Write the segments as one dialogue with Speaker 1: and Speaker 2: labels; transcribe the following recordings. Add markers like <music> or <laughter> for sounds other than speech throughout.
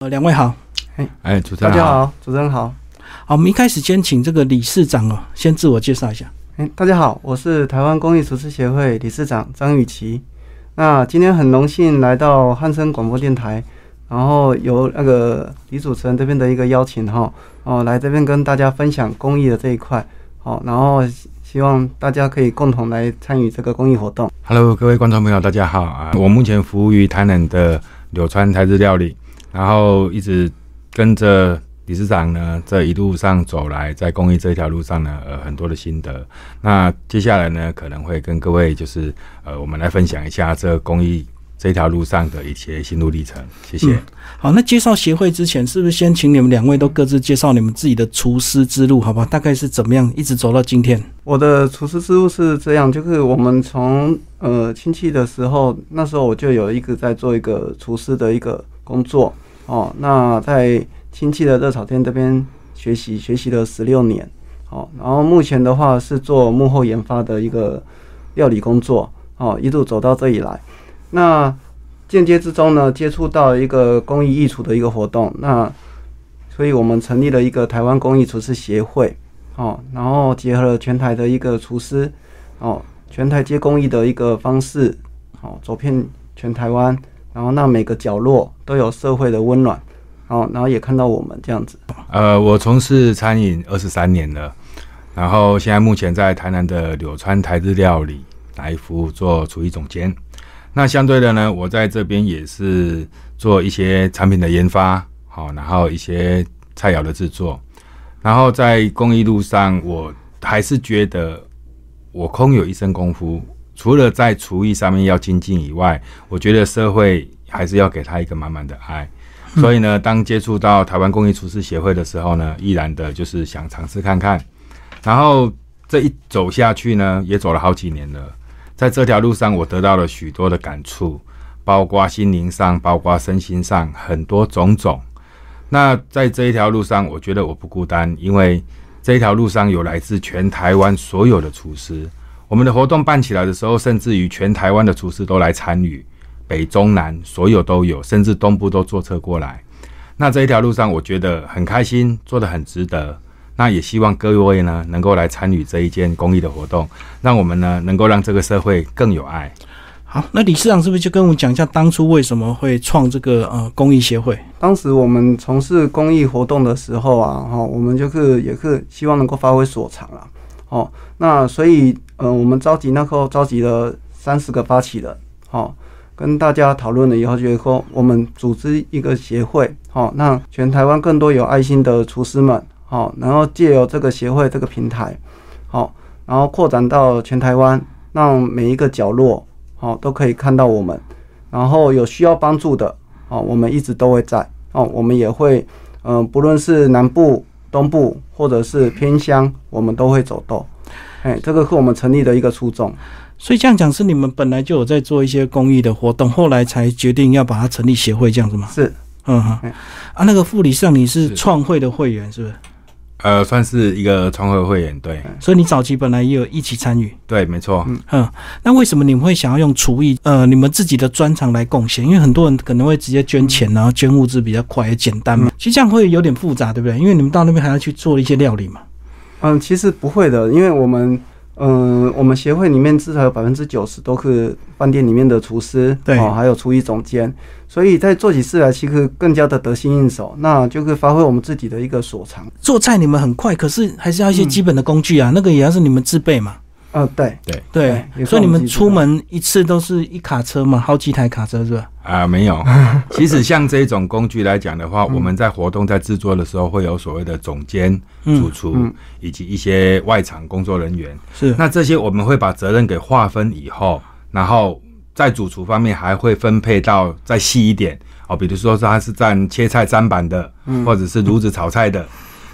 Speaker 1: 呃，两位好，
Speaker 2: 哎，主持
Speaker 3: 大
Speaker 2: 人
Speaker 3: 家，好，主持人好。
Speaker 1: 好，我们一开始先请这个理事长哦，先自我介绍一下。
Speaker 3: 哎、大家好，我是台湾公益厨师协会理事长张雨绮。那今天很荣幸来到汉声广播电台，然后由那个李主持人这边的一个邀请哈，哦，来这边跟大家分享公益的这一块，好、然后希希望大家可以共同来参与这个公益活动。
Speaker 2: Hello，各位观众朋友，大家好啊！我目前服务于台南的柳川台式料理，然后一直跟着理事长呢这一路上走来，在公益这一条路上呢，呃，很多的心得。那接下来呢，可能会跟各位就是呃，我们来分享一下这公益这条路上的一些心路历程。谢谢。
Speaker 1: 嗯好，那介绍协会之前，是不是先请你们两位都各自介绍你们自己的厨师之路，好不好？大概是怎么样一直走到今天？
Speaker 3: 我的厨师之路是这样，就是我们从呃亲戚的时候，那时候我就有一个在做一个厨师的一个工作哦。那在亲戚的热炒店这边学习，学习了十六年哦。然后目前的话是做幕后研发的一个料理工作哦，一路走到这里来。那间接之中呢，接触到一个公益艺厨的一个活动，那所以我们成立了一个台湾公益厨师协会。哦，然后结合了全台的一个厨师，哦，全台接公益的一个方式，哦，走遍全台湾，然后让每个角落都有社会的温暖，哦，然后也看到我们这样子。
Speaker 2: 呃，我从事餐饮二十三年了，然后现在目前在台南的柳川台日料理来服务做厨艺总监。那相对的呢，我在这边也是做一些产品的研发，好，然后一些菜肴的制作，然后在公益路上，我还是觉得我空有一身功夫，除了在厨艺上面要精进以外，我觉得社会还是要给他一个满满的爱。嗯所以呢，当接触到台湾工艺厨师协会的时候呢，毅然的就是想尝试看看。然后这一走下去呢，也走了好几年了。在这条路上，我得到了许多的感触，包括心灵上，包括身心上，很多种种。那在这一条路上，我觉得我不孤单，因为这一条路上有来自全台湾所有的厨师。我们的活动办起来的时候，甚至于全台湾的厨师都来参与。北中南所有都有，甚至东部都坐车过来。那这一条路上，我觉得很开心，做得很值得。那也希望各位呢能够来参与这一件公益的活动，让我们呢能够让这个社会更有爱。
Speaker 1: 好，那理事长是不是就跟我们讲一下当初为什么会创这个呃公益协会？
Speaker 3: 当时我们从事公益活动的时候啊，哈、我们就是也是希望能够发挥所长啦。哦，那所以，嗯、我们召集那时候召集了三十个发起人，哦，跟大家讨论了以后，觉得说我们组织一个协会，哦，让全台湾更多有爱心的厨师们，哦，然后借由这个协会这个平台，哦，然后扩展到全台湾，让每一个角落，哦，都可以看到我们，然后有需要帮助的，哦，我们一直都会在哦，我们也会，嗯、不论是南部、东部或者是偏乡，我们都会走动。哎，这个是我们成立的一个初衷。
Speaker 1: 所以这样讲是你们本来就有在做一些公益的活动，后来才决定要把它成立协会这样子吗？
Speaker 3: 是
Speaker 1: 嗯哼
Speaker 3: 嗯，
Speaker 1: 啊，那个副理事长你是
Speaker 2: 是
Speaker 1: 创会的会员是不是？
Speaker 2: 呃，算是一个创会会员，对
Speaker 1: 所以你早期本来也有一起参与。
Speaker 2: 对，没错。
Speaker 1: 嗯，那为什么你们会想要用厨艺，呃，你们自己的专长来贡献？因为很多人可能会直接
Speaker 3: 嗯
Speaker 1: 捐钱，然后捐物资比较快也简单嘛。其实这样会有点复杂，对不对？因为你们到那边还要去做一些料理嘛。
Speaker 3: 嗯，其实不会的，因为我们，嗯、我们协会里面至少有百分之九十都是饭店里面的厨师，
Speaker 1: 对
Speaker 3: 哦，还有厨艺总监，所以在做起事来其实更加的得心应手，那就是发挥我们自己的一个所长。
Speaker 1: 做菜你们很快，可是还是要一些
Speaker 3: 嗯
Speaker 1: 基本的工具啊，那个也要是你们自备嘛。
Speaker 3: 呃，对，
Speaker 1: 对
Speaker 3: 对，也是
Speaker 1: 所以
Speaker 3: 我们
Speaker 1: 你们
Speaker 3: 自己
Speaker 1: 出
Speaker 3: 自备
Speaker 1: 门一次都是一卡车嘛，好几台卡车是吧？
Speaker 2: 啊、没
Speaker 1: <laughs>
Speaker 2: 有。其实像这种工具来讲的
Speaker 1: 嗯
Speaker 2: 话，我们在活动在制作的时候，会有所谓的总监、主
Speaker 1: 嗯，
Speaker 2: 厨、
Speaker 3: 嗯
Speaker 2: 以及一些外场工作人员。
Speaker 1: 是。
Speaker 2: 那这些我们会把责任给划分以后，然后在主厨方面还会分配到再细一点哦，比如说他是占切菜砧板的，或者是炉子炒菜的。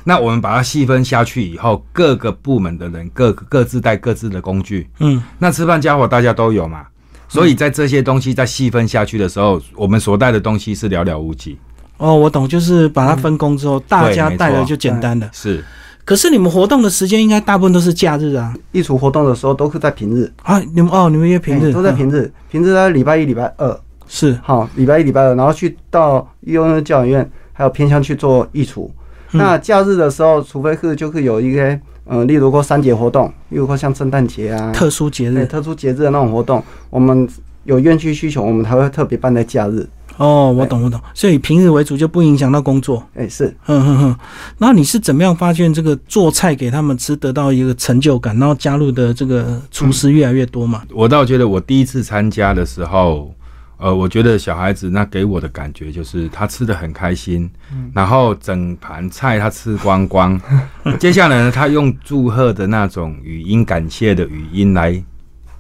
Speaker 2: 那我们把它细分下去以后，各个部门的人各各自带各自的工具。
Speaker 1: 嗯，
Speaker 2: 那吃饭家伙大家都有嘛，所以在这些东西再细分下去的时候，我们所带的东西是寥寥无几。
Speaker 1: 哦，我懂，就是把
Speaker 3: 嗯
Speaker 1: 它分工之后，大家带了就简单了。
Speaker 2: 是，
Speaker 1: 可是你们活动的时间应该大部分都是假日啊，
Speaker 3: 艺术活动的时候都是在平日，
Speaker 1: 啊，你们哦，你们约平
Speaker 3: 哎
Speaker 1: 日
Speaker 3: 都在
Speaker 1: 嗯
Speaker 3: 平日，平日在礼拜一、礼拜二，
Speaker 1: 是，
Speaker 3: 好，礼拜一、礼拜二，然后去到幼儿教育院还有偏乡去做义厨。
Speaker 1: 嗯
Speaker 3: 那假日的时候，除非是就是有一些，呃，例如说三节活动，例如说像圣诞节啊，
Speaker 1: 特殊节
Speaker 3: 对
Speaker 1: 日
Speaker 3: 特殊节日的那种活动，我们有院区需求，我们才会特别办在假日。
Speaker 1: 哦，我懂我懂，所以平日为主就不影响到工作。
Speaker 3: 哎、是
Speaker 1: 哼哼哼，然后你是怎么样发现这个做菜给他们吃得到一个成就感，然后加入的这个厨师越来越多嘛？
Speaker 2: 我倒觉得我第一次参加的时候，呃，我觉得小孩子那给我的感觉就是他吃的很开心，
Speaker 1: 嗯
Speaker 2: 然后整盘菜他吃光光， <laughs> 接下来呢，他用祝贺的那种语音、感谢的语音来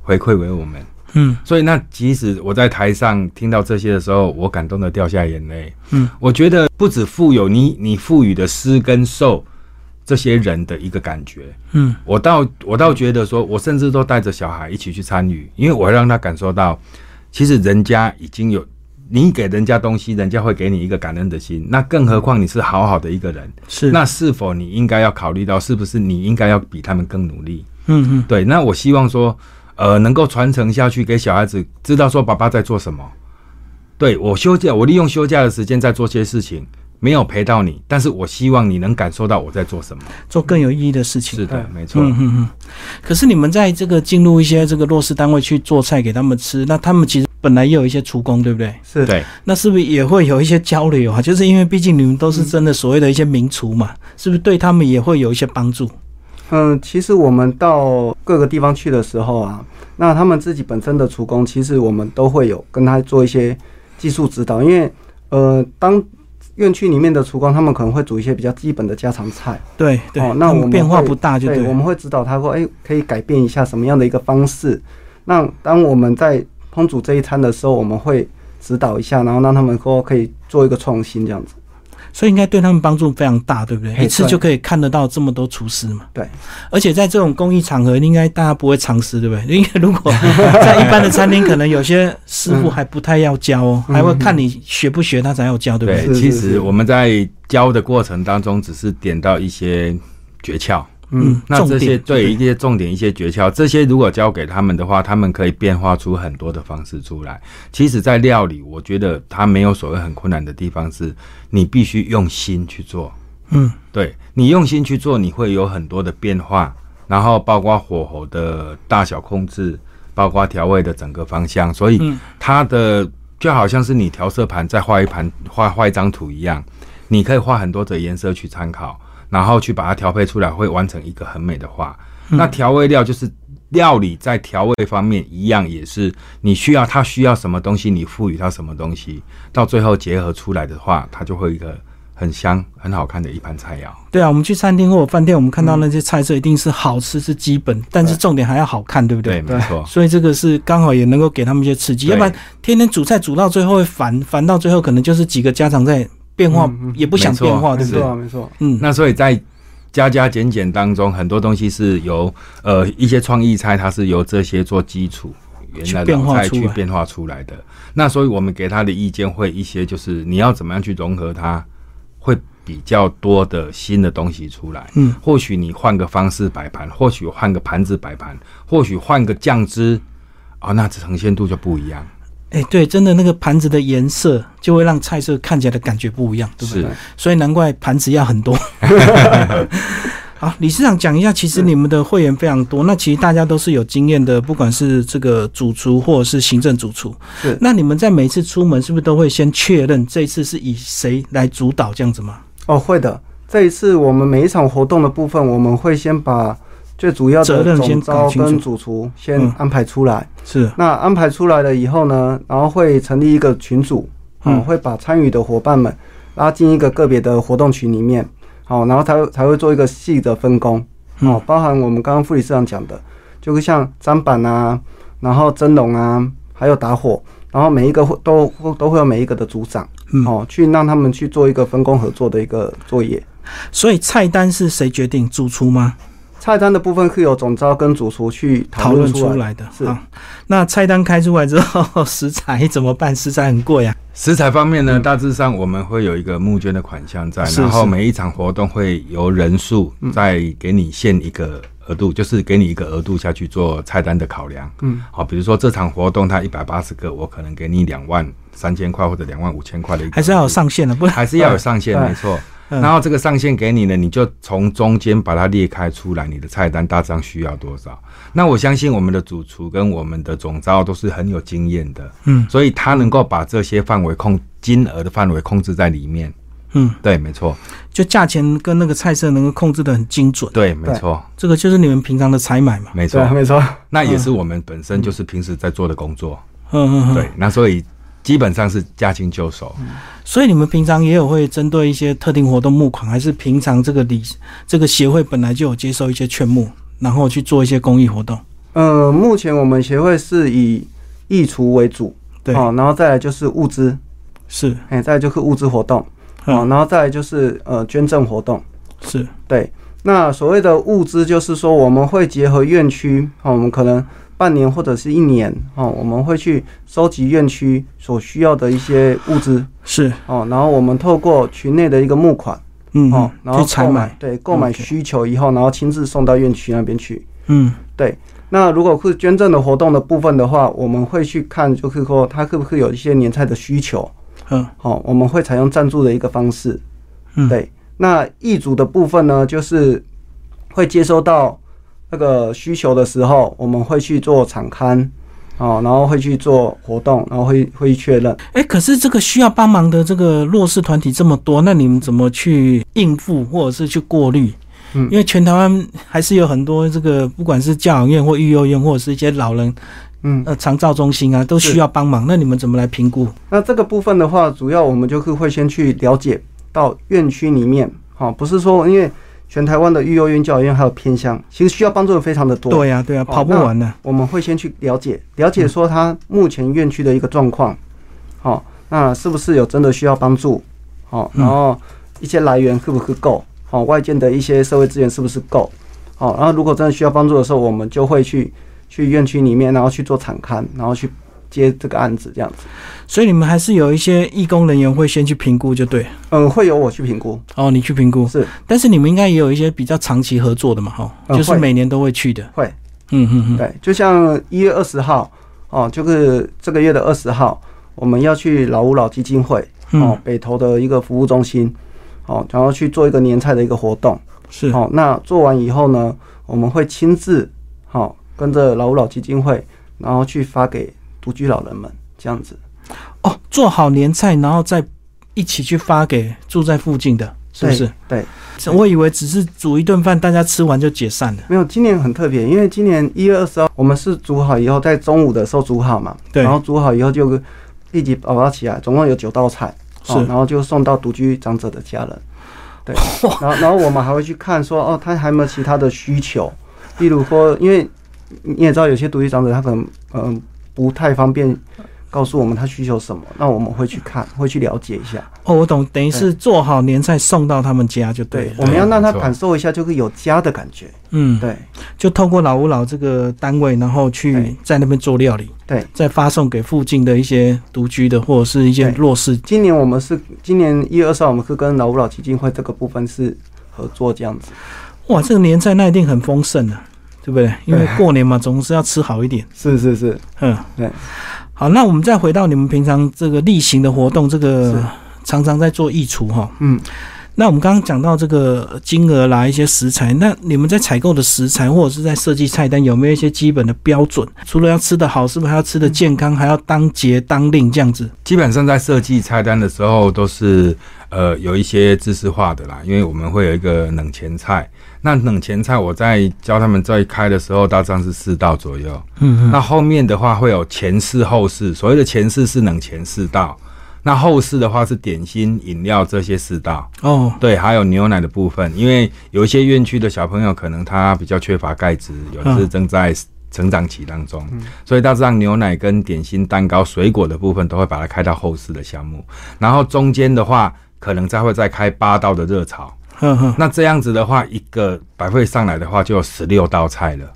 Speaker 2: 回馈给我们。
Speaker 1: 嗯
Speaker 2: 所以那即使我在台上听到这些的时候，我感动的掉下眼泪。
Speaker 1: 嗯，
Speaker 2: 我觉得不止富有你，你赋予的施跟受这些人的一个感觉。
Speaker 1: 嗯，
Speaker 2: 我倒我倒觉得说，我甚至都带着小孩一起去参与，因为我让他感受到，其实人家已经有你给人家东西，人家会给你一个感恩的心。那更何况你是好好的一个人，
Speaker 1: 嗯是，
Speaker 2: 那是否你应该要考虑到，是不是你应该要比他们更努力？
Speaker 1: 嗯嗯
Speaker 2: 对，那我希望说，呃，能够传承下去，给小孩子知道说爸爸在做什么。对我休假，我利用休假的时间在做些事情，没有陪到你，但是我希望你能感受到我在做什么。
Speaker 1: 做更有意义的事情。
Speaker 2: 是的，
Speaker 3: 嗯
Speaker 2: 没错。
Speaker 1: 嗯嗯嗯。可是你们在这个进入一些这个弱势单位去做菜给他们吃，那他们其实本来也有一些厨工，对不对？
Speaker 3: 是，
Speaker 2: 对，
Speaker 1: 那是不是也会有一些交流啊？就是因为毕竟你们都是真的所谓的一些名厨嘛，是不是对他们也会有一些帮助？
Speaker 3: 嗯，其实我们到各个地方去的时候啊，那他们自己本身的厨工，其实我们都会有跟他做一些技术指导，因为呃，当院区里面的厨工，他们可能会煮一些比较基本的家常菜，
Speaker 1: 对对，
Speaker 3: 哦那
Speaker 1: 他
Speaker 3: 我
Speaker 1: 们
Speaker 3: 们
Speaker 1: 变化
Speaker 3: 会
Speaker 1: 不大就
Speaker 3: 对，
Speaker 1: 对
Speaker 3: 我。们会指导他说，哎、可以改变一下什么样的一个方式。那当我们在烹煮这一餐的时候，我们会指导一下，然后让他们说可以做一个创新这样子。
Speaker 1: 所以应该对他们帮助非常大，对不对？
Speaker 3: 哎
Speaker 1: 一次
Speaker 3: 对
Speaker 1: 就可以看得到这么多厨师嘛。
Speaker 3: 对，
Speaker 1: 而且在这种公益场合，应该大家不会藏私，对不对？ <laughs> 因为如
Speaker 2: <laughs>
Speaker 1: 果在一般的餐厅，可能有些师傅还不太要教哦，还会看你学不学，他才要教，对不对？
Speaker 2: 嗯对，
Speaker 3: 是是
Speaker 2: 其
Speaker 3: 是
Speaker 2: 实我们在教的过程当中，只是点到一些诀窍。
Speaker 1: 嗯，
Speaker 2: 那这
Speaker 1: 重
Speaker 2: 些
Speaker 1: 点
Speaker 2: 对一些重点、一些诀窍，这些如果教给他们的话，他们可以变化出很多的方式出来。其实，在料理，我觉得它没有所谓很困难的地方是，你必须用心去做。
Speaker 1: 嗯，
Speaker 2: 对你用心去做，你会有很多的变化，然后包括火候的大小控制，包括调味的整个方向，所以
Speaker 1: 嗯
Speaker 2: 它的就好像是你调色盘再画一盘画画一张图一样，你可以画很多的颜色去参考，然后去把它调配出来，会完成一个很美的画。那调味料就是料理在调味方面一样，也是你需要它需要什么东西，你赋予它什么东西，到最后结合出来的话，它就会有一个很香、很好看的一盘菜肴。
Speaker 1: 对啊，我们去餐厅或者饭店，我们看到那些菜色一定是好吃是基本，但是重点还要好看，对不
Speaker 2: 嗯对，
Speaker 1: 对？
Speaker 2: 没错。
Speaker 1: 所以这个是刚好也能够给他们一些刺激，
Speaker 2: 对
Speaker 1: 要不然天天煮菜煮到最后会烦，烦到最后可能就是几个家常菜变化
Speaker 3: 嗯嗯
Speaker 1: 也不想
Speaker 2: 没错
Speaker 1: 变化，哦
Speaker 2: 是
Speaker 1: 对不
Speaker 3: 没
Speaker 1: 对？
Speaker 3: 错啊，没错。
Speaker 1: 嗯，
Speaker 2: 那所以在加加减减当中，很多东西是由呃一些创意菜，它是由这些做基础。原来
Speaker 1: 变
Speaker 2: 老
Speaker 1: 化
Speaker 2: 菜
Speaker 1: 出来
Speaker 2: 去变化出来的，那所以我们给他的意见会一些，就是你要怎么样去融合它，会比较多的新的东西出来。
Speaker 1: 嗯，
Speaker 2: 或许你换个方式摆盘，或许换个盘子摆盘，或许换个酱汁，哦，那呈现度就不一样。
Speaker 1: 哎、对，真的那个盘子的颜色就会让菜色看起来的感觉不一样，对不对？
Speaker 2: 是，
Speaker 1: 所以难怪盘子要很多。好，理事长讲一下，其实你们的会员非常多，那其实大家都是有经验的，不管是这个主厨或者是行政主厨。
Speaker 3: 是
Speaker 1: 那你们在每次出门是不是都会先确认这一次是以谁来主导这样子吗？
Speaker 3: 哦，会的。这一次我们每一场活动的部分，我们会先把最主要
Speaker 1: 责
Speaker 3: 的
Speaker 1: 任先
Speaker 3: 总
Speaker 1: 搞
Speaker 3: 招
Speaker 1: 清楚
Speaker 3: 跟主厨先
Speaker 1: 嗯
Speaker 3: 安排出来。
Speaker 1: 是，
Speaker 3: 那安排出来了以后呢，然后会成立一个群组，嗯，
Speaker 1: 嗯
Speaker 3: 会把参与的伙伴们拉进一个个别的活动群里面，好，然后才会才会做一个细的分工，哦
Speaker 1: 嗯，
Speaker 3: 包含我们刚刚副理事长讲的，就是像砧板啊，然后蒸笼啊，还有打火，然后每一个会都都会有每一个的组长，
Speaker 1: 嗯
Speaker 3: 哦，去让他们去做一个分工合作的一个作业。
Speaker 1: 所以菜单是谁决定主厨吗？
Speaker 3: 菜单的部分是由总招跟主厨去讨
Speaker 1: 讨
Speaker 3: 论
Speaker 1: 论
Speaker 3: 出
Speaker 1: 出
Speaker 3: 来的，
Speaker 1: 来的。
Speaker 3: 是
Speaker 1: 好，那菜单开出来之后， <laughs> 食材怎么办？食材很贵啊。
Speaker 2: 食材方面呢，大致上我们会有一个募捐的款项在，
Speaker 1: 是嗯
Speaker 2: 然后
Speaker 1: 是
Speaker 2: 每一场活动会由人数再给你限一个额度，就是给你一个额度下去做菜单的考量。
Speaker 3: 嗯，
Speaker 2: 好，比如说这场活动它一百八十个，我可能给你两万三千块或者两万五千块的一个，
Speaker 1: 还是要有，上限的， <laughs> 不然
Speaker 2: 还是要有上限，
Speaker 3: 对
Speaker 2: 没错。
Speaker 1: 嗯
Speaker 2: 然后这个上限给你呢，你就从中间把它裂开出来，你的菜单大致上需要多少？那我相信我们的主厨跟我们的总招都是很有经验的，
Speaker 1: 嗯
Speaker 2: 所以他能够把这些范围控金额的范围控制在里面。
Speaker 1: 嗯，
Speaker 2: 对，没错，
Speaker 1: 就价钱跟那个菜色能够控制的很精准，
Speaker 2: 对，没错，
Speaker 1: 这个就是你们平常的采买嘛。
Speaker 2: 没错
Speaker 3: 对，。没错，
Speaker 2: 那也是我们本身就是平时在做的工作。
Speaker 1: 嗯嗯嗯，
Speaker 2: 对，，那所以基本上是驾轻就熟。
Speaker 1: 所以你们平常也有会针对一些特定活动募款，还是平常这个理这个协会本来就有接受一些劝募，然后去做一些公益活动？
Speaker 3: 呃，目前我们协会是以义厨为主，
Speaker 1: 对，
Speaker 3: 哦，然后再来就是物资，
Speaker 1: 是，
Speaker 3: 哎、再来就是物资活动，哦，
Speaker 1: 嗯，
Speaker 3: 然后再来就是呃捐赠活动。
Speaker 1: 是，
Speaker 3: 对，那所谓的物资就是说，我们会结合院区，哦，我们可能半年或者是一年，哦，我们会去收集院区所需要的一些物资，
Speaker 1: 是，
Speaker 3: 哦，然后我们透过群内的一个募款，
Speaker 1: 嗯，
Speaker 3: 哦，
Speaker 1: 嗯
Speaker 3: 然后
Speaker 1: 去采
Speaker 3: 购买
Speaker 1: 买，，嗯
Speaker 3: 对，购买
Speaker 1: OK
Speaker 3: 需求以后，然后亲自送到院区那边去。
Speaker 1: 嗯，
Speaker 3: 那如果是捐赠的活动的部分的话，我们会去看，就是说它会不会有一些年菜的需求，
Speaker 1: 嗯，
Speaker 3: 哦，我们会采用赞助的一个方式。
Speaker 1: 嗯
Speaker 3: 对。那易主的部分呢，就是会接收到那个需求的时候，我们会去做场刊，哦，然后会去做活动，然后会会去确认。
Speaker 1: 哎、可是这个需要帮忙的这个弱势团体这么多，那你们怎么去应付，或者是去过滤？
Speaker 3: 嗯
Speaker 1: 因为全台湾还是有很多这个，不管是教养院或育幼院，或者是一些老人
Speaker 3: 嗯，
Speaker 1: 呃长照中心啊，都需要帮忙。那你们怎么来评估？
Speaker 3: 那这个部分的话，主要我们就是会先去了解到院区里面，好、不是说因为全台湾的育幼院、教育院还有偏乡，其实需要帮助的非常的多。，
Speaker 1: 对呀、对呀、啊
Speaker 3: 哦
Speaker 1: 跑不完呢、
Speaker 3: 我们会先去了解，了解说他目前院区的一个状况，好、那是不是有真的需要帮助？好、
Speaker 1: 嗯
Speaker 3: 然后一些来源是不是够？好、外界的一些社会资源是不是够？好、然后如果真的需要帮助的时候，我们就会去去院区里面，然后去做产刊，然后去接这个案子这样子。
Speaker 1: 所以你们还是有一些义工人员会先去评估，就对。
Speaker 3: 嗯，会由我去评估，
Speaker 1: 哦，你去评估，
Speaker 3: 是
Speaker 1: 但是你们应该也有一些比较长期合作的嘛，哈、
Speaker 3: 嗯
Speaker 1: 就是
Speaker 3: 会
Speaker 1: 每年都会去的。
Speaker 3: 会。
Speaker 1: 嗯嗯嗯，
Speaker 3: 对，就像一月二十号哦，就是这个月的二十号，我们要去老吾老基金会哦
Speaker 1: 嗯，
Speaker 3: 北投的一个服务中心哦，然后去做一个年菜的一个活动
Speaker 1: 是，
Speaker 3: 哦。那做完以后呢，我们会亲自哦跟着老吾老基金会，然后去发给独居老人们这样子。
Speaker 1: 哦，做好年菜，然后再一起去发给住在附近的，是不是？
Speaker 3: 对？对，
Speaker 1: 我以为只是煮一顿饭，大家吃完就解散了。
Speaker 3: 没有，今年很特别，因为今年一月二十号，我们是煮好以后，在中午的时候煮好嘛，
Speaker 1: 对
Speaker 3: 然后煮好以后就立即包包起来，总共有九道菜。
Speaker 1: 是
Speaker 3: 哦，然后就送到独居长者的家人。对，然后然后我们还会去看说，哦，他还有没有其他的需求，例如说，因为你也知道有些独居长者他可能嗯、不太方便告诉我们他需求什么，那我们会去看，会去了解一下。
Speaker 1: 哦，我懂，等于是做好年菜送到他们家就对
Speaker 3: 对
Speaker 1: 了，。
Speaker 3: 我们要让他
Speaker 2: 没错
Speaker 3: 感受一下，就是有家的感觉。
Speaker 1: 嗯，
Speaker 3: 对
Speaker 1: 就透过老吾老这个单位，然后去
Speaker 3: 对
Speaker 1: 在那边做料理，
Speaker 3: 对，
Speaker 1: 再发送给附近的一些独居的或者是一些
Speaker 3: 对
Speaker 1: 弱势。
Speaker 3: 今年我们是今年一月二十号，我们是跟老吾老基金会这个部分是合作这样子。
Speaker 1: 哇，这个年菜那一定很丰盛啊，对不对？因为过年嘛，总是要吃好一点。
Speaker 3: 是是是，
Speaker 1: 嗯，
Speaker 3: 对。
Speaker 1: 好，那我们再回到你们平常这个例行的活动，这个
Speaker 3: 是
Speaker 1: 常常在做义厨哈。
Speaker 3: 嗯，
Speaker 1: 那我们刚刚讲到这个金额啦，一些食材，那你们在采购的食材或者是在设计菜单，有没有一些基本的标准？除了要吃得好，是不是还要吃得健康，还要当节当令这样子？
Speaker 2: 基本上在设计菜单的时候，都是呃有一些知识化的啦，因为我们会有一个冷前菜。那冷前菜我在教他们在开的时候，大致上是四道左右。
Speaker 1: 嗯
Speaker 2: 那后面的话会有前四后四，所谓的前四是冷前四道，那后四的话是点心、饮料这些四道。
Speaker 1: 哦，
Speaker 2: 对，还有牛奶的部分，因为有一些院区的小朋友可能他比较缺乏钙质，有的是正在成长期当中，所以大致上牛奶跟点心、蛋糕、水果的部分都会把它开到后四的项目，然后中间的话可能再会再开八道的热炒，
Speaker 1: 呵呵，
Speaker 2: 那这样子的话，一个百汇上来的话，就有十六道菜了。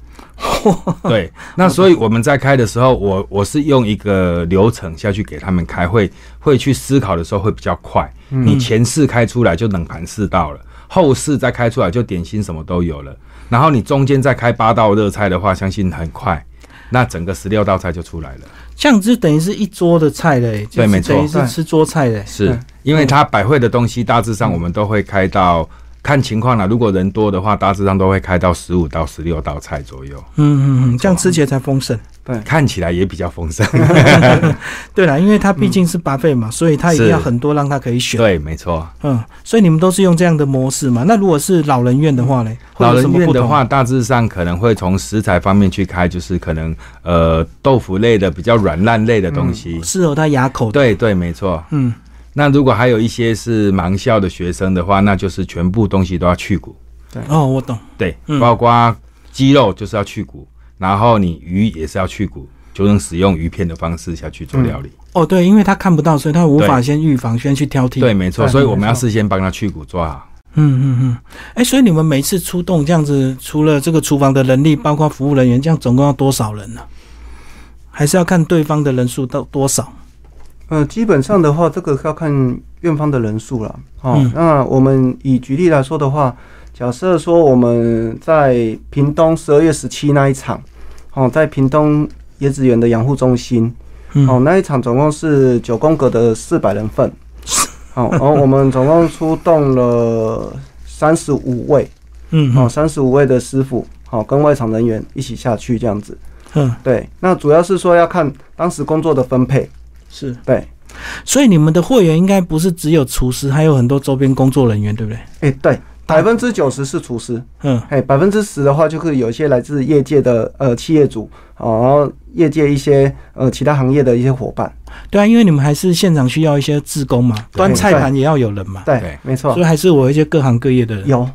Speaker 2: 对，那所以我们在开的时候，我我是用一个流程下去给他们开会，会去思考的时候会比较快。你前四开出来就冷盘四道了，后市再开出来就点心什么都有了。然后你中间再开八道热菜的话，相信很快，那整个十六道菜就出来了。
Speaker 1: 这样子等于是一桌的菜嘞，就
Speaker 2: 对
Speaker 1: 是
Speaker 2: 没错
Speaker 1: 等于是吃桌菜嘞。
Speaker 2: 是
Speaker 1: 嗯
Speaker 2: 因为它百汇的东西大致上我们都会开到。看情况啦，如果人多的话，大致上都会开到十五到十六道菜左右，
Speaker 1: 嗯嗯嗯，这样吃起来才丰盛。
Speaker 2: 看起来也比较丰盛。
Speaker 1: 嗯对啦，因为它毕竟是巴菲嘛，所以它一定要
Speaker 2: 是
Speaker 1: 很多让它可以选。
Speaker 2: 对，没错。
Speaker 1: 嗯，所以你们都是用这样的模式嘛？那如果是老人院的话嘞，会
Speaker 2: 老
Speaker 1: 有
Speaker 2: 人
Speaker 1: 什么
Speaker 2: 院
Speaker 1: 不
Speaker 2: 的
Speaker 1: 同？
Speaker 2: 话，大致上可能会从食材方面去开，就是可能呃豆腐类的比较软烂类的东西。
Speaker 1: 适合他牙口的。
Speaker 2: 对对，没错。
Speaker 1: 嗯，
Speaker 2: 那如果还有一些是盲校的学生的话，那就是全部东西都要去骨，
Speaker 1: 哦，我懂。
Speaker 2: 对，
Speaker 1: 嗯
Speaker 2: 包括鸡肉就是要去骨，然后你鱼也是要去骨，就是使用鱼片的方式下去做料理。
Speaker 1: 哦，对，因为他看不到，所以他无法先预防，先去挑剔。
Speaker 2: 对，，没错。
Speaker 3: 对
Speaker 2: 所以我们
Speaker 3: 没
Speaker 2: 要
Speaker 3: 错
Speaker 2: 事先帮他去骨做好。
Speaker 1: 嗯嗯嗯。哎，所以你们每次出动这样子，除了这个厨房的人力，包括服务人员，这样总共要多少人呢、还是要看对方的人数到多少。
Speaker 3: 呃，基本上的话，这个要看院方的人数了。哦，
Speaker 1: 嗯
Speaker 3: 那我们以举例来说的话，假设说我们在屏东十二月十七那一场，哦，在屏东椰子园的养护中心，
Speaker 1: 嗯，
Speaker 3: 哦，那一场总共是九宫格的四百人份。哦，然后我们总共出动了三十五位，
Speaker 1: 嗯
Speaker 3: 哦，
Speaker 1: 嗯
Speaker 3: 三十五位的师傅，好、跟外场人员一起下去这样子。
Speaker 1: 嗯，
Speaker 3: 对，那主要是说要看当时工作的分配。
Speaker 1: 是。
Speaker 3: 对，
Speaker 1: 所以你们的会员应该不是只有厨师，还有很多周边工作人员，对不对？
Speaker 3: 哎、对，百分之九十是厨师，
Speaker 1: 嗯
Speaker 3: 哎、百分之十的话就是有一些来自业界的呃企业主，哦，然后业界一些呃其他行业的一些伙伴，
Speaker 1: 对啊，因为你们还是现场需要一些志工嘛，
Speaker 2: 对
Speaker 1: 端菜盘也要有人嘛，
Speaker 3: 对，
Speaker 2: 对
Speaker 3: 没
Speaker 1: 所
Speaker 3: 错
Speaker 1: 以，还是我有一些各行各业的人。
Speaker 3: 有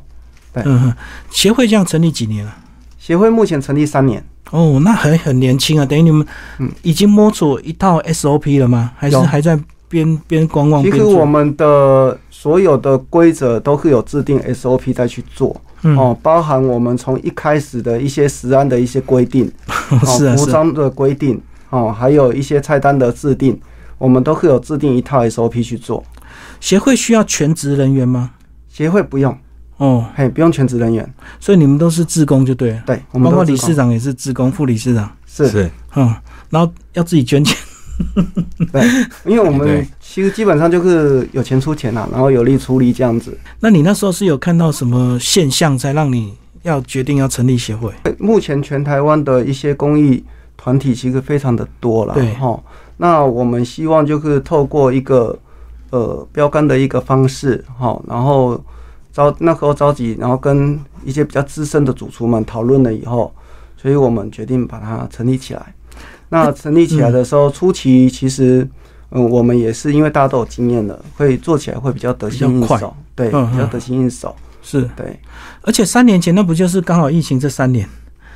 Speaker 3: 对
Speaker 1: 嗯哼，协会这样成立几年了？
Speaker 3: 协会目前成立三年，
Speaker 1: 哦，那还很年轻啊，等于你们
Speaker 3: 嗯
Speaker 1: 已经摸索一套 SOP 了吗？还是
Speaker 3: 有
Speaker 1: 还在边边观望
Speaker 3: 其
Speaker 1: 边
Speaker 3: 实我
Speaker 1: 做？
Speaker 3: 们的所有的规则都是有制定 SOP 再去做，
Speaker 1: 嗯，
Speaker 3: 哦，包含我们从一开始的一些食安的一些规定，哦
Speaker 1: <laughs> <laughs> 是啊，
Speaker 3: 服
Speaker 1: 是啊，
Speaker 3: 装的规定，哦，还有一些菜单的制定，我们都会有制定一套 SOP 去做。
Speaker 1: 协会需要全职人员吗？
Speaker 3: 协会不用，
Speaker 1: 哦，
Speaker 3: 嘿，不用全职人员，
Speaker 1: 所以你们都是志工就对了，
Speaker 3: 对，我们
Speaker 1: 包
Speaker 3: 都
Speaker 1: 括
Speaker 3: 自
Speaker 1: 理
Speaker 3: 贡
Speaker 1: 事长也是志工，副理事长，
Speaker 3: 是，
Speaker 2: 是
Speaker 1: 嗯，然后要自己捐钱， <laughs>
Speaker 3: 因为我们
Speaker 2: 对
Speaker 3: 其实基本上就是有钱出钱啦、啊然后有力出力这样子。
Speaker 1: 那你那时候是有看到什么现象，才让你要决定要成立协会？
Speaker 3: 目前全台湾的一些公益团体其实非常的多了，
Speaker 1: 对
Speaker 3: 哈。那我们希望就是透过一个呃标杆的一个方式，哈，然后召那时候召集，然后跟一些比较资深的主厨们讨论了以后，所以我们决定把它成立起来。那成立起来的时候，初期其实。嗯，我们也是因为大家都有经验了，会做起来会比较得心
Speaker 1: 比
Speaker 3: 应
Speaker 1: 较快
Speaker 3: 手，对，
Speaker 1: 嗯嗯
Speaker 3: 比较得心应手，
Speaker 1: 是，
Speaker 3: 对，
Speaker 1: 而且三年前那不就是刚好疫情这三年？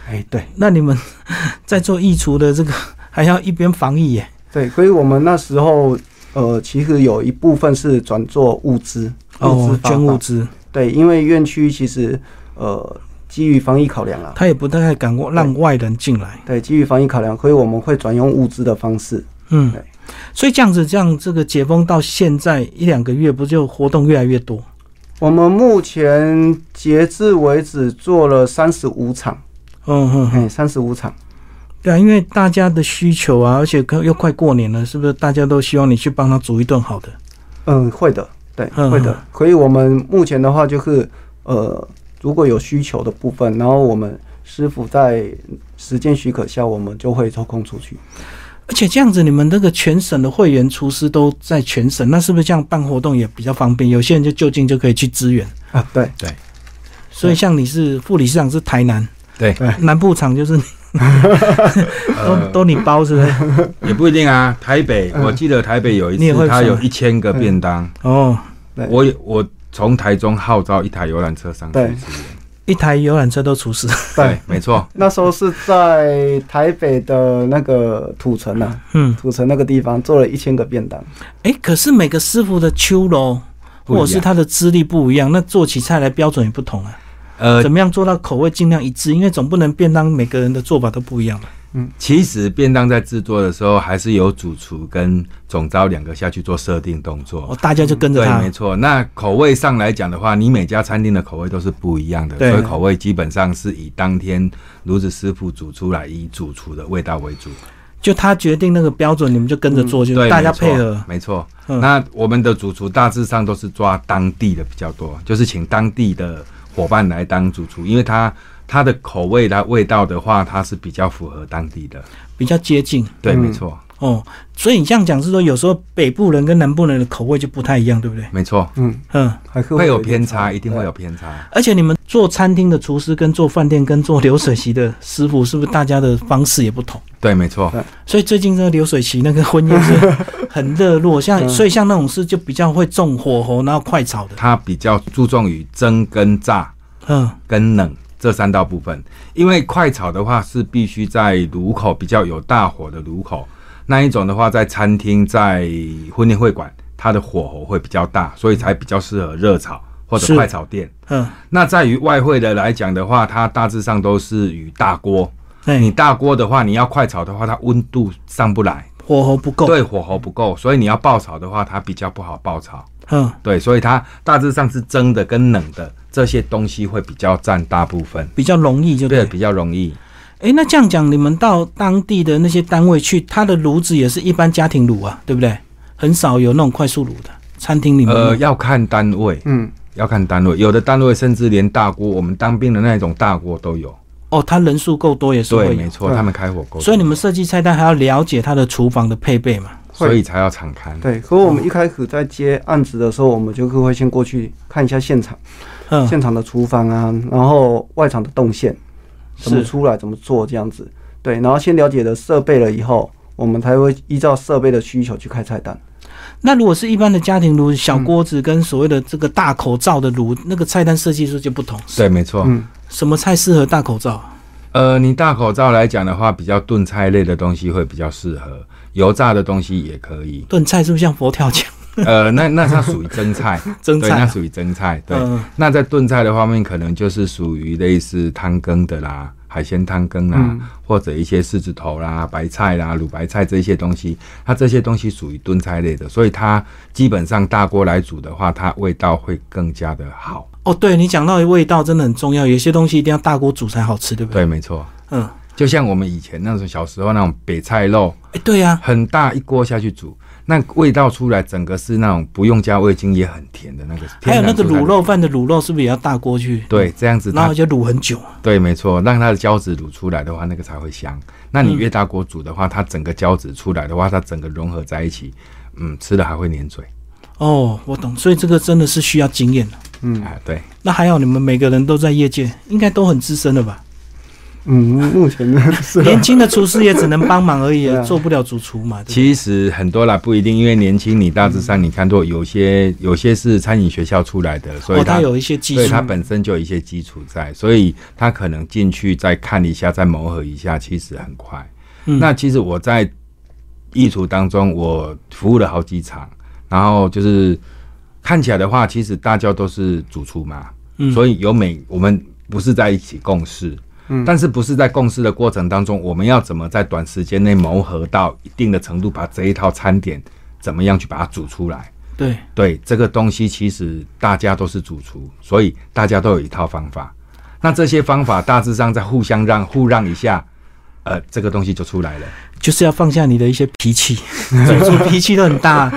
Speaker 3: 哎，对。
Speaker 1: 那你们 <laughs> 在做疫厨的这个，还要一边防疫耶？
Speaker 3: 对，所以我们那时候呃，其实有一部分是转做物资，物资
Speaker 1: 哦，
Speaker 3: 发
Speaker 1: 捐物
Speaker 3: 放。
Speaker 1: 资，
Speaker 3: 对，因为院区其实呃，基于防疫考量啦，啊
Speaker 1: 他也不太敢让外人进来。
Speaker 3: 对，基于防疫考量，所以我们会转用物资的方式。
Speaker 1: 嗯
Speaker 3: 对，
Speaker 1: 所以这样子，这样这个解封到现在一两个月，不就活动越来越多？
Speaker 3: 我们目前截至为止做了三十五场，
Speaker 1: 嗯嗯，嗯
Speaker 3: 哎，三十五场，
Speaker 1: 对啊，因为大家的需求啊，而且可又快过年了，是不是大家都希望你去帮他煮一顿好的？
Speaker 3: 嗯，会的，对，
Speaker 1: 嗯
Speaker 3: 会的。所以我们目前的话就是呃，如果有需求的部分，然后我们师傅在时间许可下，我们就会抽空出去。
Speaker 1: 而且这样子，你们那个全省的会员厨师都在全省，那是不是这样办活动也比较方便？有些人就就近就可以去支援。
Speaker 3: 啊，对，
Speaker 1: 所以像你是副理事长是台南，
Speaker 2: <laughs> 对，
Speaker 1: 南部厂
Speaker 2: <laughs>
Speaker 1: 就是你，
Speaker 2: 呃
Speaker 1: 都都你包是不是？
Speaker 2: 也不一定啊。台北，
Speaker 3: 嗯
Speaker 2: 我记得台北有一
Speaker 1: 你也会
Speaker 2: 次，它
Speaker 1: 上
Speaker 2: 有一千个
Speaker 3: 嗯
Speaker 2: 便当，
Speaker 1: 哦，
Speaker 3: 对
Speaker 2: 我也我从台中号召一台游览车上去
Speaker 3: 对
Speaker 2: 支援。
Speaker 1: 一台游览车都厨师，
Speaker 3: 对，
Speaker 2: 没错，
Speaker 3: 那时候是在台北的那个土城啊，
Speaker 1: 嗯，
Speaker 3: 土城那个地方做了一千个便当。
Speaker 1: 哎，可是每个师傅的秋楼
Speaker 2: 不一
Speaker 1: 或
Speaker 2: 样
Speaker 1: 者是他的资历不一样，那做起菜来标准也不同啊。
Speaker 2: 呃，
Speaker 1: 怎么样做到口味尽量一致？因为总不能便当每个人的做法都不一样嘛。
Speaker 3: 嗯，
Speaker 2: 其实便当在制作的时候，还是有主厨跟总招两个下去做设定动作。
Speaker 1: 哦，大家就跟着
Speaker 2: 对，
Speaker 1: 他
Speaker 2: 没，错。那口味上来讲的话，你每家餐厅的口味都是不一样的，
Speaker 1: 对
Speaker 2: 所以口味基本上是以当天炉子师傅煮出来，以主厨的味道为主。
Speaker 1: 就他决定那个标准，你们就跟着做，就
Speaker 2: 嗯对，
Speaker 1: 大家
Speaker 2: 没错
Speaker 1: 配合。
Speaker 2: 没错。
Speaker 1: 嗯
Speaker 2: 那我们的主厨大致上都是抓当地的比较多，就是请当地的伙伴来当主厨，因为他他的口味的味道的话，它是比较符合当地的。
Speaker 1: 比较接近
Speaker 2: 对，
Speaker 3: 嗯
Speaker 2: 没错，
Speaker 1: 哦。所以你这样讲是说，有时候北部人跟南部人的口味就不太一样，对不对？
Speaker 2: 没错，
Speaker 3: 嗯，
Speaker 1: 嗯，
Speaker 3: 还是
Speaker 2: 会有
Speaker 3: 一个
Speaker 2: 偏差，一定会
Speaker 3: 对
Speaker 2: 有偏差。
Speaker 1: 而且你们做餐厅的厨师跟做饭店跟做流水席的师傅，是不是大家的方式也不同？
Speaker 2: 对，没错。
Speaker 1: 所以最近这个流水席那个婚宴是很热络，像
Speaker 3: 嗯
Speaker 1: 所以像那种事就比较会重火候，然后快炒的，
Speaker 2: 它比较注重于蒸、跟炸、
Speaker 1: 嗯，
Speaker 2: 跟冷这三道部分。因为快炒的话是必须在炉口比较有大火的炉口，那一种的话在餐厅、在婚宴会馆，它的火候会比较大，所以才比较适合热炒或
Speaker 1: 是
Speaker 2: 者快炒店。
Speaker 1: 嗯，
Speaker 2: 那在于外汇的来讲的话，它大致上都是与大锅。你
Speaker 1: 哎，
Speaker 2: 大锅的话，你要快炒的话，它温度上不来，
Speaker 1: 火候不够，
Speaker 2: 对火候不够，所以你要爆炒的话，它比较不好爆炒。
Speaker 1: 嗯，
Speaker 2: 对，所以它大致上是蒸的跟冷的这些东西会比较占大部分，
Speaker 1: 比较容易就对。
Speaker 2: 对，比较容易。
Speaker 1: 哎，那这样讲，你们到当地的那些单位去，它的炉子也是一般家庭炉啊，对不对？很少有那种快速炉的，餐厅里面
Speaker 2: 呃，要看单位，
Speaker 3: 嗯，
Speaker 2: 要看单位，有的单位甚至连大锅，我们当兵的那种大锅都有。
Speaker 1: 哦，它人数够多也是
Speaker 2: 对，
Speaker 1: 会
Speaker 2: 没
Speaker 1: 有。
Speaker 2: 错，
Speaker 3: 对
Speaker 2: 他们开火锅，
Speaker 1: 所以你们设计菜单还要了解它的厨房的配备嘛？
Speaker 2: 所以才要敞开。
Speaker 3: 对。可是我们一开始在接案子的时候，我们就是会先过去看一下现场，
Speaker 1: 嗯，
Speaker 3: 现场的厨房啊，然后外场的动线怎么
Speaker 1: 是
Speaker 3: 出来、怎么做这样子。对，然后先了解了设备了以后，我们才会依照设备的需求去开菜单。
Speaker 1: 那如果是一般的家庭炉，小锅子跟所谓的这个大口罩的炉，那个菜单设计是不是就不同。
Speaker 2: 对，没错。
Speaker 3: 嗯，
Speaker 1: 什么菜适合大口罩？。
Speaker 2: 呃，你大口罩来讲的话，比较炖菜类的东西会比较适合，油炸的东西也可以
Speaker 1: 炖菜是不是像佛跳墙、 <laughs>
Speaker 2: 呃，那那它属于蒸菜，
Speaker 1: 蒸
Speaker 2: 对，那
Speaker 1: 菜？
Speaker 2: 属于蒸菜。对，
Speaker 1: 嗯，
Speaker 2: 那在炖菜的方面，可能就是属于类似汤羹的啦，海鲜汤羹啦，
Speaker 3: 嗯
Speaker 2: 或者一些狮子头啦、白菜啦、卤白菜这些东西，它这些东西属于炖菜类的，所以它基本上大锅来煮的话，它味道会更加的好。
Speaker 1: 哦，对你讲到的味道真的很重要，有些东西一定要大锅煮才好吃，对不对？
Speaker 2: 对，没错，
Speaker 1: 嗯，
Speaker 2: 就像我们以前那种小时候那种北菜肉，
Speaker 1: 哎，对呀、
Speaker 2: 很大一锅下去煮。那味道出来，整个是那种不用加味精也很甜的那个。
Speaker 1: 还有那个
Speaker 2: 天然
Speaker 1: 卤
Speaker 2: 蔬菜
Speaker 1: 肉，饭的卤肉是不是也要大锅去？，
Speaker 2: 对，这样子
Speaker 1: 然
Speaker 2: 它
Speaker 1: 后就卤很久。
Speaker 2: 对，没错，让它的胶质卤出来的话，那个才会香。那你越大锅煮的话，它整个胶质出来的话，它整个融合在一起，嗯，吃了还会粘嘴。
Speaker 1: 哦，我懂，所以这个真的是需要经验的。
Speaker 3: 嗯
Speaker 2: 啊，对，
Speaker 1: 那还好你们每个人都在业界，应该都很资深了吧？
Speaker 3: 嗯，目前呢是
Speaker 2: 啊
Speaker 1: 年轻的厨师也只能帮忙而
Speaker 2: <laughs>
Speaker 1: 已
Speaker 3: 对，啊
Speaker 1: 做不了主厨嘛。对不对
Speaker 2: 其实很多啦，不一定，因为年轻，你大致上你看过有些有些是餐饮学校出来的，所以
Speaker 1: 哦，
Speaker 2: 他
Speaker 1: 他。有一些技
Speaker 2: 所以
Speaker 1: 术
Speaker 2: 他本身就有一些基础在，所以他可能进去再看一下，再磨合一下，其实很快。
Speaker 1: 嗯
Speaker 2: 那其实我在艺厨当中，我服务了好几场，然后就是看起来的话，其实大家都是主厨嘛，
Speaker 1: 嗯
Speaker 2: 所以有每我们不是在一起共事。
Speaker 3: 嗯
Speaker 2: 但是不是在共事的过程当中，我们要怎么在短时间内磨合到一定的程度，把这一套餐点怎么样去把它煮出来？
Speaker 1: 对。
Speaker 2: 对这个东西，其实大家都是主厨，所以大家都有一套方法。那这些方法大致上在互相让互让一下，呃，这个东西就出来了。
Speaker 1: 就是要放下你的一些脾气，
Speaker 2: <laughs>
Speaker 1: 主厨脾气都很大。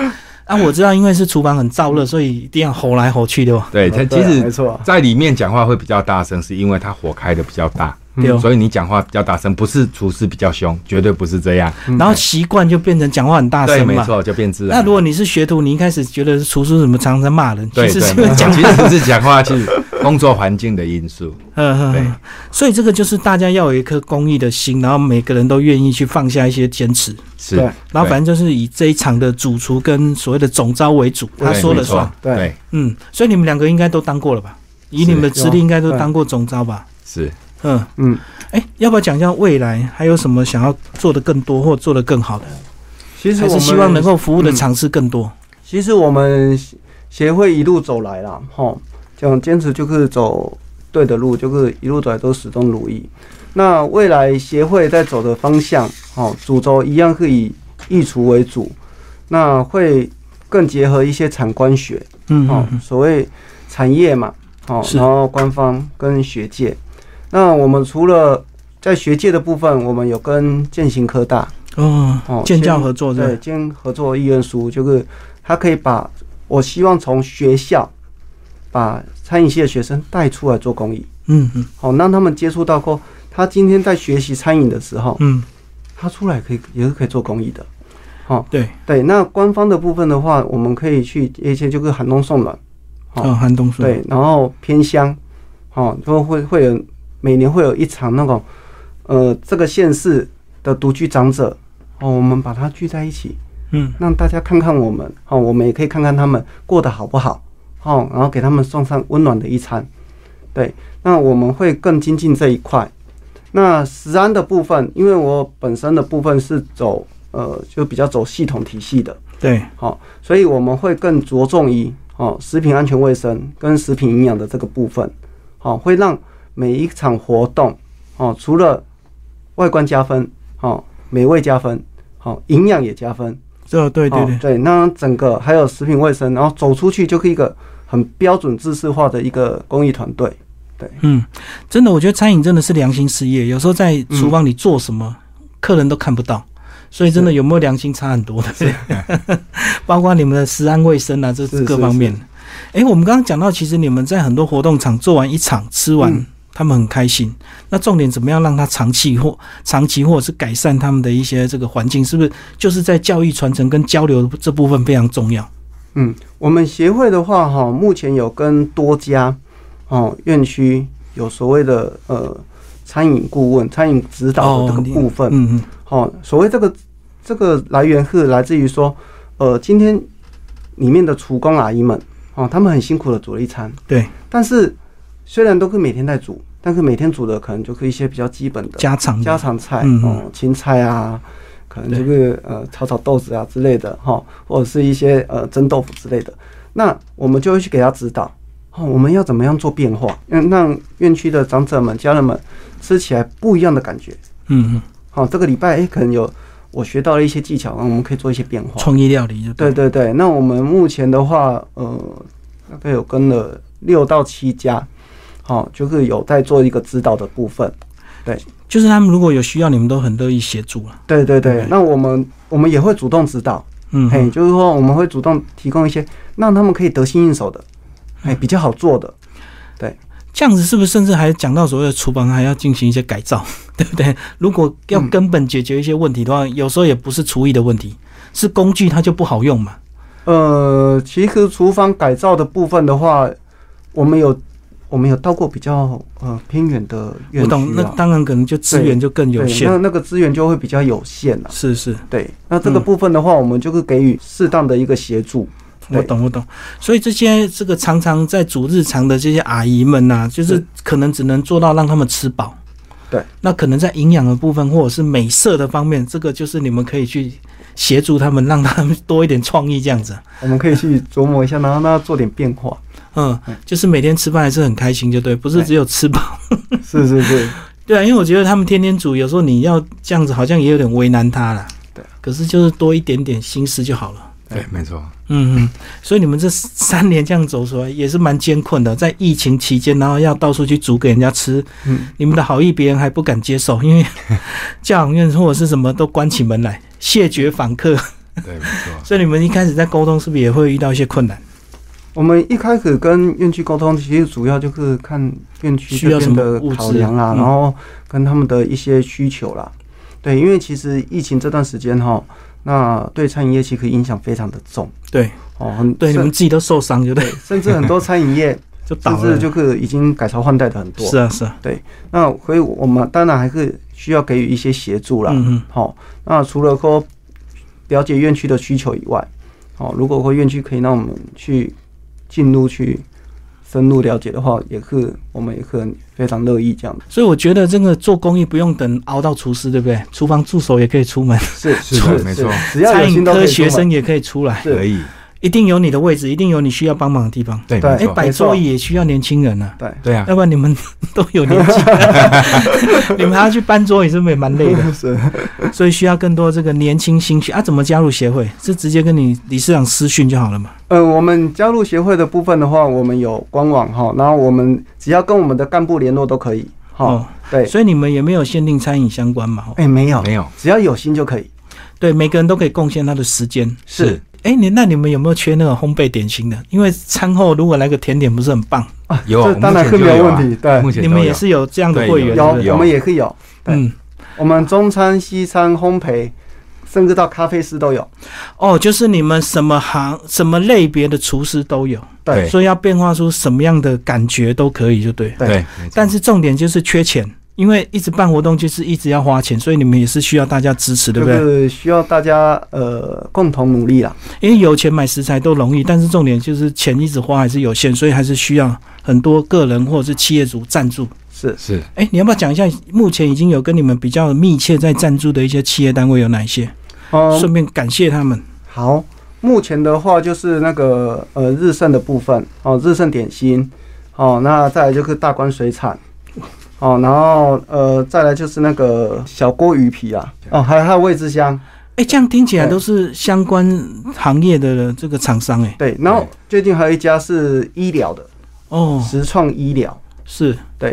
Speaker 1: 啊，我知道，因为是厨房很燥热，所以一定要吼来吼去的哦。
Speaker 2: 对，它其
Speaker 3: 没
Speaker 2: 实
Speaker 3: 错啊，
Speaker 2: 在里面讲话会比较大声，是因为它火开的比较大，
Speaker 1: 对哦，
Speaker 2: 所以你讲话比较大声，不是厨师比较凶，绝对不是这样。
Speaker 1: 然后习惯就变成讲话很大
Speaker 2: 嗯对，
Speaker 1: 声
Speaker 2: 没
Speaker 1: 嘛。
Speaker 2: 错，啊就变自然
Speaker 1: 那。如果你是学徒，你一开始觉得厨师怎么常常骂人，其
Speaker 2: 对
Speaker 1: 实是因
Speaker 2: 对，
Speaker 1: 为
Speaker 2: 没错
Speaker 1: 讲，
Speaker 2: 其实是讲话是工作环境的因素。
Speaker 1: 嗯嗯
Speaker 2: 对
Speaker 1: 嗯，所以这个就是大家要有一颗公益的心，然后每个人都愿意去放下一些坚持，
Speaker 2: 是，
Speaker 3: 对
Speaker 1: 然后反正就是以这一场的主厨跟所谓的总招为主，
Speaker 2: 对
Speaker 1: 他说了算。。
Speaker 2: 没错
Speaker 3: 对
Speaker 2: 对，
Speaker 1: 嗯，所以你们两个应该都当过了吧？以
Speaker 2: 是
Speaker 1: 你们的资历，应该都
Speaker 3: 有啊
Speaker 1: 当过总招吧？
Speaker 2: 是。
Speaker 1: 嗯。
Speaker 3: 嗯，
Speaker 1: 哎，要不要讲一下未来还有什么想要做的更多或做的更好的？
Speaker 3: 其实
Speaker 1: 还
Speaker 3: 我
Speaker 1: 是
Speaker 3: 们
Speaker 1: 希望能够服务的尝试更多？
Speaker 3: 其实我们协会一路走来啦，吼，这样坚持就是走对的路，就是一路走来都始终如一。那未来协会在走的方向，哦，主轴一样是以育厨为主，那会更结合一些产官学，
Speaker 1: 嗯
Speaker 3: 哦，
Speaker 1: 嗯
Speaker 3: 所谓产业嘛，哦，
Speaker 1: 是
Speaker 3: 然后官方跟学界。那我们除了在学界的部分，我们有跟建行科大
Speaker 1: 嗯哦
Speaker 3: 哦，
Speaker 1: 建教合作
Speaker 3: 对
Speaker 1: 的，
Speaker 3: 兼合作意愿书，就是他可以把我希望从学校把餐饮系的学生带出来做公益，
Speaker 1: 嗯嗯
Speaker 3: 好、让他们接触到过，他今天在学习餐饮的时候，
Speaker 1: 嗯，
Speaker 3: 他出来可以也是可以做公益的。
Speaker 1: 对，
Speaker 3: 对，那官方的部分的话，我们可以去一些就是寒冬送暖，好
Speaker 1: 哦，寒冬树，
Speaker 3: 对，然后偏乡，哦，就会会有每年会有一场那种，呃，这个县市的独居长者，哦，我们把他聚在一起，
Speaker 1: 嗯
Speaker 3: 让大家看看我们，哦，我们也可以看看他们过得好不好，哦，然后给他们送上温暖的一餐。对，那我们会更精进这一块。那食安的部分，因为我本身的部分是走呃，就比较走系统体系的，
Speaker 1: 对，
Speaker 3: 好、所以我们会更着重于哦食品安全卫生跟食品营养的这个部分，好、会让每一场活动哦，除了外观加分，哦美味加分，好、营养也加分，
Speaker 1: 这对对
Speaker 3: 哦
Speaker 1: 对，
Speaker 3: 对，那整个还有食品卫生，然后走出去就是一个很标准制式化的一个公益团队，
Speaker 1: 嗯，真的，我觉得餐饮真的是良心事业，有时候在
Speaker 3: 嗯
Speaker 1: 厨房里做什么，客人都看不到。所以真的有没有良心差很多的， <laughs> 包括你们的食安卫生啊，这
Speaker 3: 是是
Speaker 1: 各方面。诶，我们刚刚讲到，其实你们在很多活动场做完一场，吃完、
Speaker 3: 嗯
Speaker 1: 他们很开心。那重点怎么样让他长期或长期或者是改善他们的一些这个环境，是不是就是在教育传承跟交流这部分非常重要？
Speaker 3: 嗯，我们协会的话，哈、目前有跟多家哦院区有所谓的呃餐饮顾问、餐饮指导的这个部分。
Speaker 1: 嗯嗯，
Speaker 3: 好、所谓这个这个来源是来自于说，呃，今天里面的厨工阿姨们，哦，他们很辛苦的煮了一餐，
Speaker 1: 对，
Speaker 3: 但是虽然都是每天在煮，但是每天煮的可能就是一些比较基本的
Speaker 1: 家常
Speaker 3: 家常菜，
Speaker 1: 嗯
Speaker 3: 哦，青菜啊，可能这个呃炒炒豆子啊之类的哈、或者是一些呃蒸豆腐之类的，那我们就会去给他指导。哦，我们要怎么样做变化，让让院区的长者们、家人们吃起来不一样的感觉。
Speaker 1: 嗯嗯，
Speaker 3: 好、这个礼拜诶，可能有我学到了一些技巧，那我们可以做一些变化。
Speaker 1: 创意料理就
Speaker 3: 对对对，那我们目前的话，呃，大概有跟了六到七家，好、就是有在做一个指导的部分。
Speaker 1: 就是他们如果有需要，你们都很乐意协助啊了、
Speaker 3: 对对对，
Speaker 1: 对
Speaker 3: 那我们我们也会主动指导，
Speaker 1: 嗯，
Speaker 3: 嘿，就是说我们会主动提供一些让他们可以得心应手的，
Speaker 1: 嗯
Speaker 3: 哎，比较好做的。
Speaker 1: 这样子是不是甚至还讲到所谓的厨房还要进行一些改造， <laughs> 对不对？如果要
Speaker 3: 嗯
Speaker 1: 根本解决一些问题的话，有时候也不是厨艺的问题，是工具它就不好用嘛。
Speaker 3: 呃，其实厨房改造的部分的话，我们有我们有到过比较呃偏远的院
Speaker 1: 我
Speaker 3: 区、啊，
Speaker 1: 懂，那当然可能就资源就更有
Speaker 3: 对，
Speaker 1: 限
Speaker 3: 那。那个资源就会比较有限了、
Speaker 1: 是是，
Speaker 3: 对，那这个
Speaker 1: 嗯
Speaker 3: 部分的话，我们就是给予适当的一个协助。对
Speaker 1: 我懂我懂。所以这些这个常常在煮日常的这些阿姨们呐、就是
Speaker 3: 是
Speaker 1: 可能只能做到让他们吃饱。
Speaker 3: 对，
Speaker 1: 那可能在营养的部分或者是美色的方面，这个就是你们可以去协助他们，让他们多一点创意这样子啊。
Speaker 3: 我们可以去琢磨一下，然后让它做点
Speaker 1: <laughs>
Speaker 3: 变化。
Speaker 1: 嗯，就是每天吃饭还是很开心，就对，不是
Speaker 3: 对
Speaker 1: 只有吃饱。
Speaker 3: 是是是，
Speaker 1: 对啊，因为我觉得他们天天煮，有时候你要这样子，好像也有点为难他了。
Speaker 3: 对，
Speaker 1: 可是就是多一点点心思就好了。
Speaker 2: 对，没错，
Speaker 1: 嗯嗯，所以你们这三年这样走出来也是蛮艰困的，在疫情期间，然后要到处去煮给人家吃，
Speaker 3: 嗯，
Speaker 1: 你们的好意别人还不敢接受，因为教养院或者是什么都关起门来，谢绝访
Speaker 3: <laughs>
Speaker 1: 客，
Speaker 2: 对，没错，
Speaker 1: 所以你们一开始在沟通是不是也会遇到一些困难？
Speaker 3: 我们一开始跟院区沟通，其实主要就是看院区
Speaker 1: 需要
Speaker 3: 这
Speaker 1: 什
Speaker 3: 边
Speaker 1: 么
Speaker 3: 的
Speaker 1: 物资
Speaker 3: 考量啦，
Speaker 1: 嗯
Speaker 3: 然后跟他们的一些需求啦。对，因为其实疫情这段时间哈，那对餐饮业其实影响非常的重
Speaker 1: 对
Speaker 3: 哦，很
Speaker 1: 对，你们
Speaker 3: 甚
Speaker 1: 自己都受伤，就对，
Speaker 3: 甚至很多餐饮业
Speaker 1: 就 <laughs> 倒
Speaker 3: 甚至
Speaker 1: 了。
Speaker 3: 就是已经改朝换代的很多。
Speaker 1: 是啊，是啊，
Speaker 3: 那所以我们当然还是需要给予一些协助啦。
Speaker 1: 嗯嗯，
Speaker 3: 好、那除了说了解院区的需求以外，好、如果说院区可以让我们去进入去深入了解的话，也是我们也是很非常乐意这样的。
Speaker 1: 所以我觉得这个做公益不用等熬到厨师，对不对？厨房助手也可以出门，
Speaker 3: 是
Speaker 2: 是的，没错，
Speaker 3: 只要有
Speaker 1: 餐饮
Speaker 3: 心都可
Speaker 1: 科
Speaker 3: 以出
Speaker 1: 学
Speaker 3: 门
Speaker 1: 生也可以出来。
Speaker 3: 是
Speaker 2: 可以，
Speaker 1: 一定有你的位置，一定有你需要帮忙的地方。
Speaker 2: 对，
Speaker 3: 对
Speaker 2: 没
Speaker 1: 哎，
Speaker 2: 错，
Speaker 1: 摆桌椅也需要年轻人啊，
Speaker 3: 对，
Speaker 2: 对啊，
Speaker 1: 要不然你们 <laughs> 都有年纪了，你们还要去搬桌椅，是不是也蛮
Speaker 2: <laughs>
Speaker 1: 累的？
Speaker 3: 是，
Speaker 1: 所以需要更多这个年轻新血啊。怎么加入协会？是直接跟你理事长私讯就好了嘛？
Speaker 3: 呃，我们加入协会的部分的话，我们有官网哈，然后我们只要跟我们的干部联络都可以。好，
Speaker 1: 哦，
Speaker 3: 对，
Speaker 1: 所以你们也没有限定餐饮相关嘛？哦
Speaker 3: 哎，没有，
Speaker 2: 没有
Speaker 3: 只要有心就可以。
Speaker 1: 对，每个人都可以贡献他的时间。
Speaker 2: 是
Speaker 1: 哎，你那你们有没有缺那个烘焙点心的？因为餐后如果来个甜点，不是很棒？
Speaker 2: 有，啊
Speaker 3: 这当然
Speaker 2: 目
Speaker 3: 是
Speaker 2: 前就
Speaker 3: 没
Speaker 2: 有
Speaker 3: 问题。
Speaker 2: 啊，
Speaker 3: 对
Speaker 2: 目，前
Speaker 1: 你
Speaker 2: 都
Speaker 1: 们也
Speaker 2: 有
Speaker 1: 是有这样的
Speaker 2: 对
Speaker 1: 会员，
Speaker 2: 有
Speaker 1: 是不
Speaker 2: 对
Speaker 1: 是
Speaker 3: 有我们也可以有，对
Speaker 1: 嗯，
Speaker 3: 我们中餐、西餐、烘焙，甚至到咖啡师都有。
Speaker 1: 哦，就是你们什么行、什么类别的厨师都有，
Speaker 2: 对
Speaker 1: 所以要变化出什么样的感觉都可以，就对。
Speaker 3: 对
Speaker 2: 对，没错
Speaker 1: 但是重点就是缺钱，因为一直办活动就是一直要花钱，所以你们也是需要大家支持，对
Speaker 3: 就
Speaker 1: 不对？
Speaker 3: 是需要大家呃共同努力啦。
Speaker 1: 因为有钱买食材都容易，但是重点就是钱一直花还是有限，所以还是需要很多个人或者是企业主赞助。
Speaker 3: 是，
Speaker 2: 是
Speaker 1: 哎，你要不要讲一下目前已经有跟你们比较密切在赞助的一些企业单位有哪一些？
Speaker 3: 嗯，
Speaker 1: 顺便感谢他们。
Speaker 3: 好，目前的话就是那个呃日盛的部分哦，日盛点心哦，那再来就是大关水产。哦，然后呃，再来就是那个小锅鱼皮啦，哦，还有还有味之香，
Speaker 1: 哎，这样听起来
Speaker 3: 对
Speaker 1: 都是相关行业的这个厂商哎、
Speaker 3: 对，然后
Speaker 2: 对
Speaker 3: 最近还有一家是医疗的，
Speaker 1: 哦，
Speaker 3: 实创医疗，
Speaker 1: 是
Speaker 3: 对，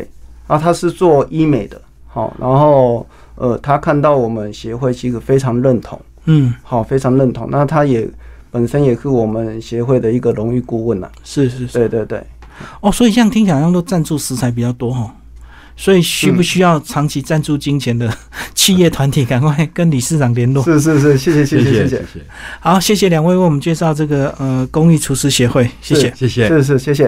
Speaker 3: 然后他是做医美的，好，然后呃，他看到我们协会其实非常认同，
Speaker 1: 嗯，
Speaker 3: 好，非常认同。那他也本身也是我们协会的一个荣誉顾问呐、
Speaker 1: 是是是，
Speaker 3: 对对对，
Speaker 1: 哦，所以这样听起来好像都赞助食材比较多哦，所以需不需要长期赞助金钱的企业团体，赶快跟理事长联络。
Speaker 3: 是是是，谢谢谢谢谢
Speaker 2: 谢谢
Speaker 1: 好，谢谢两位为我们介绍这个呃公益厨师协会，谢谢。
Speaker 2: 谢谢
Speaker 3: 谢，。是是谢谢。